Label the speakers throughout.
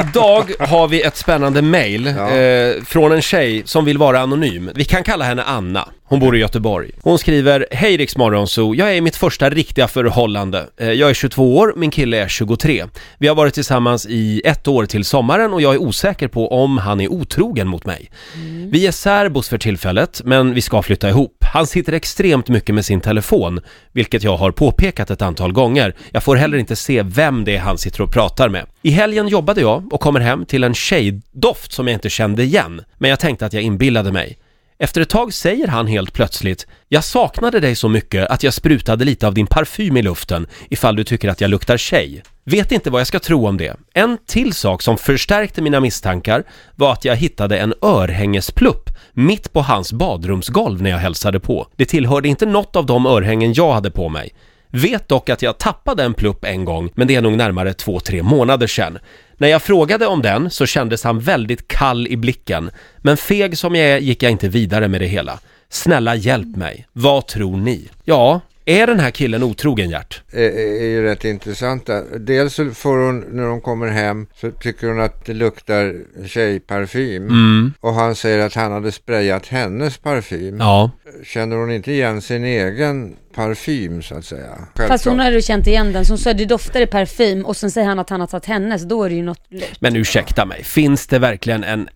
Speaker 1: Idag har vi ett spännande mail
Speaker 2: Ja.
Speaker 1: eh, från en tjej som vill vara anonym. Vi kan kalla henne Anna. Hon bor i Göteborg. Hon skriver, Hej Rix Morgonzoo, jag är i mitt första riktiga förhållande. Eh, jag är 22 år, min kille är 23. Vi har varit tillsammans i ett år till sommaren och jag är osäker på om han är otrogen mot mig. Vi är särbos för tillfället, men vi ska flytta ihop. Han sitter extremt mycket med sin telefon, vilket jag har påpekat ett antal gånger. Jag får heller inte se vem det är han sitter och pratar med. I helgen jobbade jag och kommer hem till en tjejdoft som jag inte kände igen, men jag tänkte att jag inbillade mig. Efter ett tag säger han helt plötsligt “Jag saknade dig så mycket att jag sprutade lite av din parfym i luften ifall du tycker att jag luktar tjej”. Vet inte vad jag ska tro om det. En till sak som förstärkte mina misstankar var att jag hittade en örhängesplupp mitt på hans badrumsgolv när jag hälsade på. Det tillhörde inte något av de örhängen jag hade på mig. Vet dock att jag tappade en plupp en gång, men det är nog närmare två, tre månader sedan. När jag frågade om den så kändes han väldigt kall i blicken, men feg som jag är gick jag inte vidare med det hela. Snälla hjälp mig, vad tror ni? Ja, är den här killen otrogen Gert?
Speaker 2: är, är ju rätt intressanta. Dels så får hon, när hon kommer hem, så tycker hon att det luktar tjejparfym. Och han säger att han hade sprayat hennes parfym.
Speaker 1: Mm. Ja.
Speaker 2: Känner hon inte igen sin egen parfym så att säga?
Speaker 3: Fast hon
Speaker 2: Självklart.
Speaker 3: hade ju känt igen den, så hon sa det doftade parfym och sen säger han att han har tagit hennes, då är det ju något lurt.
Speaker 1: Men ursäkta mig, finns det verkligen en...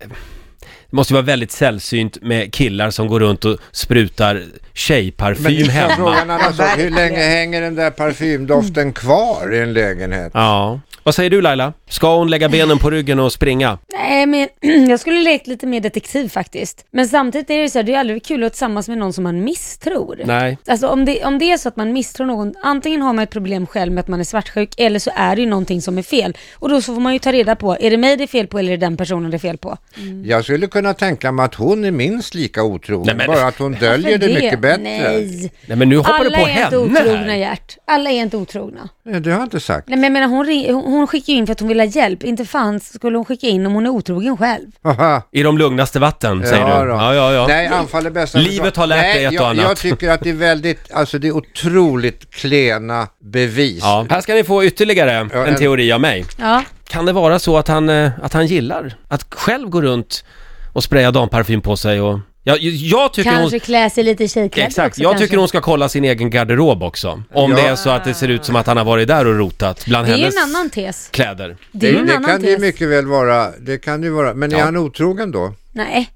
Speaker 1: Det måste ju vara väldigt sällsynt med killar som går runt och sprutar tjejparfym hemma.
Speaker 2: Frågan annars, så, hur länge hänger den där
Speaker 3: Mm.
Speaker 2: parfymdoften kvar i en lägenhet?
Speaker 1: Ja. Vad säger du Laila? Ska hon lägga benen på ryggen och springa?
Speaker 3: Nej men jag skulle lekt lite mer detektiv faktiskt. Men samtidigt är det ju så här, det är ju aldrig kul att vara tillsammans med någon som man misstror.
Speaker 1: Nej.
Speaker 3: Alltså om det, om det är så att man misstror någon, antingen har man ett problem själv med att man är svartsjuk eller så är det ju någonting som är fel. Och då så får man ju ta reda på, är det mig det är fel på eller är det den personen det är fel på?
Speaker 2: Jag skulle kunna tänka mig att hon är minst lika otrogen,
Speaker 1: Nej, men-
Speaker 2: bara att hon döljer
Speaker 3: Varför
Speaker 2: det mycket bättre.
Speaker 3: Nej.
Speaker 1: Nej men nu hoppar
Speaker 3: Alla
Speaker 1: du på
Speaker 3: är inte
Speaker 1: henne
Speaker 3: otrogna
Speaker 1: här.
Speaker 3: Gert. Alla är inte otrogna.
Speaker 2: Nej, det har jag inte sagt.
Speaker 3: Nej men jag menar hon, ring- hon- hon skickar ju in för att hon vill ha hjälp. Inte fan skulle hon skicka in om hon är otrogen själv.
Speaker 2: Haha.
Speaker 1: I de lugnaste vatten, säger du?
Speaker 2: då.
Speaker 1: Ja, ja, ja.
Speaker 2: Nej, anfall är bästa
Speaker 1: Livet
Speaker 2: försvar.
Speaker 1: har lärt
Speaker 2: Nej,
Speaker 1: dig ett och
Speaker 2: jag,
Speaker 1: annat.
Speaker 2: Jag tycker att det är väldigt, alltså det är otroligt klena bevis.
Speaker 1: Ja. Här ska ni få ytterligare
Speaker 2: Ja,
Speaker 1: en
Speaker 2: en-
Speaker 1: teori av mig.
Speaker 3: Ja.
Speaker 1: Kan det vara så att han, eh, att han gillar att själv gå runt och spraya damparfym på sig och... Jag, jag tycker
Speaker 3: Kanske
Speaker 1: hon...
Speaker 3: klä sig lite i tjejkläder
Speaker 1: Exakt,
Speaker 3: också,
Speaker 1: jag
Speaker 3: kanske.
Speaker 1: tycker hon ska kolla sin egen garderob också. Om
Speaker 2: Ja.
Speaker 1: det är så att det ser ut som att han har varit där och rotat bland
Speaker 3: Det är ju
Speaker 1: hennes
Speaker 3: en annan tes.
Speaker 1: kläder.
Speaker 3: Det är ju en
Speaker 2: det
Speaker 3: annan
Speaker 2: kan det ju
Speaker 3: tes.
Speaker 2: mycket väl vara, det kan det ju vara. Men är han otrogen då?
Speaker 3: Nej.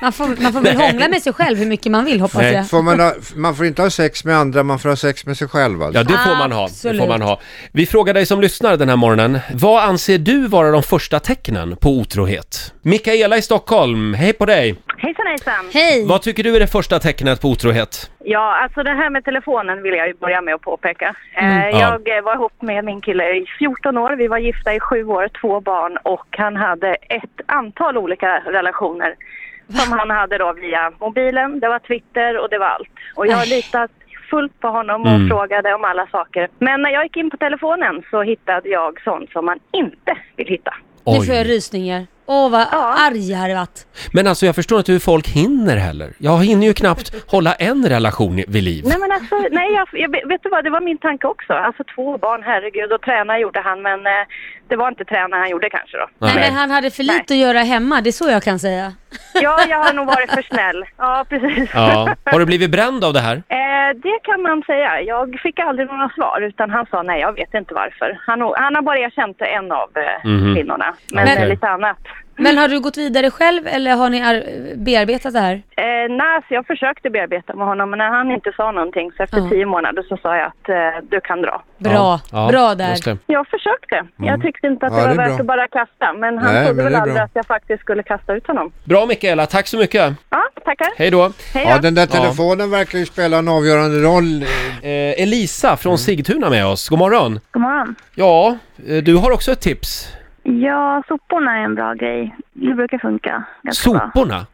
Speaker 3: Man får, man får väl
Speaker 1: Nej.
Speaker 3: hångla med sig själv hur mycket man vill hoppas
Speaker 1: Nej.
Speaker 3: jag.
Speaker 2: Får man, ha, man får inte ha sex med andra, man får ha sex med sig själv alltså.
Speaker 1: Ja, det får, man ha. det får
Speaker 3: Absolut.
Speaker 1: man ha. Vi frågar dig som lyssnar den här morgonen. Vad anser du vara de första tecknen på otrohet? Mikaela i Stockholm, hej på dig!
Speaker 4: Hejsan hejsan!
Speaker 3: Hej!
Speaker 1: Vad tycker du är det första tecknet på otrohet?
Speaker 4: Ja, alltså det här med telefonen vill jag ju börja med att påpeka. Eh,
Speaker 1: Mm. Ja.
Speaker 4: Jag eh, var ihop med min kille i 14 år, vi var gifta i 7 år, två barn och han hade ett antal olika relationer som han hade då via mobilen, det var Twitter och det var allt. Och jag
Speaker 3: Aj.
Speaker 4: litar fullt på honom och
Speaker 1: Mm.
Speaker 4: frågade om alla saker. Men när jag gick in på telefonen så hittade jag sånt som man inte vill hitta.
Speaker 3: Nu får jag rysningar. Åh vad arg jag hade varit.
Speaker 1: Men alltså jag förstår inte hur folk hinner heller. Jag hinner ju knappt hålla en relation i- vid liv.
Speaker 4: Nej men alltså, nej jag, jag, vet du vad, det var min tanke också. Alltså två barn, herregud, och träna gjorde han men eh, det var inte träna han gjorde kanske då.
Speaker 3: Nej.
Speaker 1: Nej.
Speaker 3: men han hade för lite att göra hemma, det är så jag kan säga.
Speaker 4: Ja, jag har nog varit för snäll. Ja, precis.
Speaker 1: Ja. Har du blivit bränd av det här?
Speaker 4: Eh, det kan man säga. Jag fick aldrig några svar utan han sa nej, jag vet inte varför. Han, han har bara erkänt en av eh,
Speaker 1: Mhm.
Speaker 4: kvinnorna, men
Speaker 1: Okej.
Speaker 4: det är lite annat.
Speaker 3: Men har du gått vidare själv eller har ni ar- bearbetat det här?
Speaker 4: Eh, nej, så jag försökte bearbeta med honom men när han inte sa någonting så efter
Speaker 3: Ja.
Speaker 4: tio månader så sa jag att eh, du kan dra.
Speaker 3: Bra,
Speaker 1: Ja. Ja,
Speaker 3: bra där.
Speaker 1: just det.
Speaker 4: Jag försökte. Jag tyckte inte att
Speaker 2: Mm. Ja,
Speaker 4: det
Speaker 2: det
Speaker 4: var
Speaker 2: är
Speaker 4: värt
Speaker 2: bra.
Speaker 4: att bara kasta. Men han
Speaker 2: Nej,
Speaker 4: trodde
Speaker 2: men
Speaker 4: väl
Speaker 2: det är
Speaker 4: aldrig
Speaker 2: bra.
Speaker 4: att jag faktiskt skulle kasta ut honom.
Speaker 1: Bra Mikaela, tack så mycket.
Speaker 4: Ja, tackar.
Speaker 1: Hej då.
Speaker 4: Hej
Speaker 2: Ja,
Speaker 4: då.
Speaker 2: den där telefonen verkar ju spela en avgörande roll.
Speaker 1: Eh, Elisa från Sigtuna med oss, god morgon.
Speaker 5: God morgon.
Speaker 1: Ja, eh, du har också ett tips.
Speaker 5: Ja, soporna är en bra grej. Det brukar funka ganska bra.
Speaker 1: Soporna.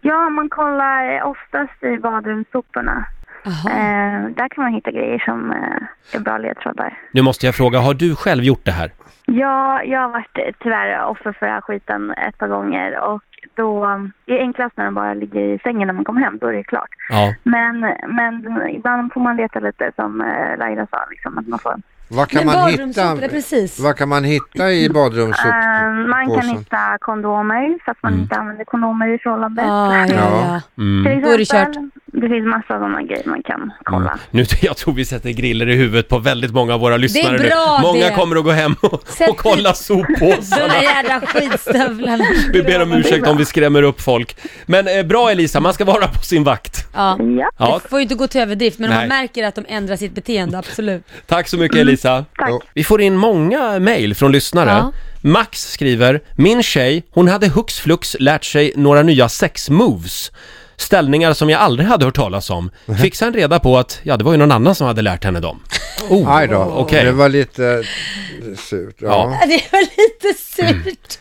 Speaker 5: Ja, man kollar oftast i badrumssoporna.
Speaker 3: Jaha.
Speaker 5: Eh, där kan man hitta grejer som eh, är bra ledtrådar.
Speaker 1: Nu måste jag fråga, har du själv gjort det här?
Speaker 5: Ja, jag har varit eh, tyvärr offer för den här skiten ett par gånger och då, det är enklast när de bara ligger i sängen när man kommer hem, då är det klart.
Speaker 1: Ja.
Speaker 5: Men, men ibland får man leta lite som eh, Laila sa, liksom, att man får
Speaker 2: Vad kan,
Speaker 3: Men
Speaker 2: man hitta,
Speaker 3: badrumssoporna, precis. Ehm,
Speaker 2: vad kan man hitta i
Speaker 5: Eh,
Speaker 2: badrumssoppåsen?
Speaker 5: man kan hitta kondomer, fast man inte använder kondomer i förhållandet.
Speaker 3: Ah, ja, ja.
Speaker 2: Ja.
Speaker 5: Till
Speaker 3: Då är det
Speaker 5: exempel,
Speaker 3: kört.
Speaker 5: Det finns massa sådana grejer man kan kolla.
Speaker 1: Nu, jag tror vi sätter griller i huvudet på väldigt många av våra lyssnare
Speaker 3: bra,
Speaker 1: nu. Många
Speaker 3: det.
Speaker 1: kommer att gå hem och,
Speaker 3: Sätt
Speaker 1: och kolla
Speaker 3: De
Speaker 1: soppåsarna.
Speaker 3: där jädra skitstövlarna.
Speaker 1: Vi ber om ursäkt om vi skrämmer upp folk. Men eh, bra Elisa, man ska vara på sin vakt.
Speaker 3: Ja.
Speaker 5: Ja,
Speaker 1: Ja,
Speaker 3: Det får ju inte gå till överdrift, men om man
Speaker 1: Nej.
Speaker 3: märker att de ändrar sitt beteende, absolut.
Speaker 1: tack så mycket Elisa.
Speaker 5: tack.
Speaker 2: Jo.
Speaker 1: Vi får in många mejl från lyssnare.
Speaker 3: Ja.
Speaker 1: Max skriver, min tjej, hon hade hux flux lärt sig några nya sexmoves. Ställningar som jag aldrig hade hört talas om.
Speaker 2: Mm.
Speaker 1: Fick sen reda på att, ja det var ju någon annan som hade lärt henne dem. Oh,
Speaker 2: Aj då,
Speaker 1: okej.
Speaker 2: det var lite surt. Ja.
Speaker 1: Ja.
Speaker 3: Det var lite surt.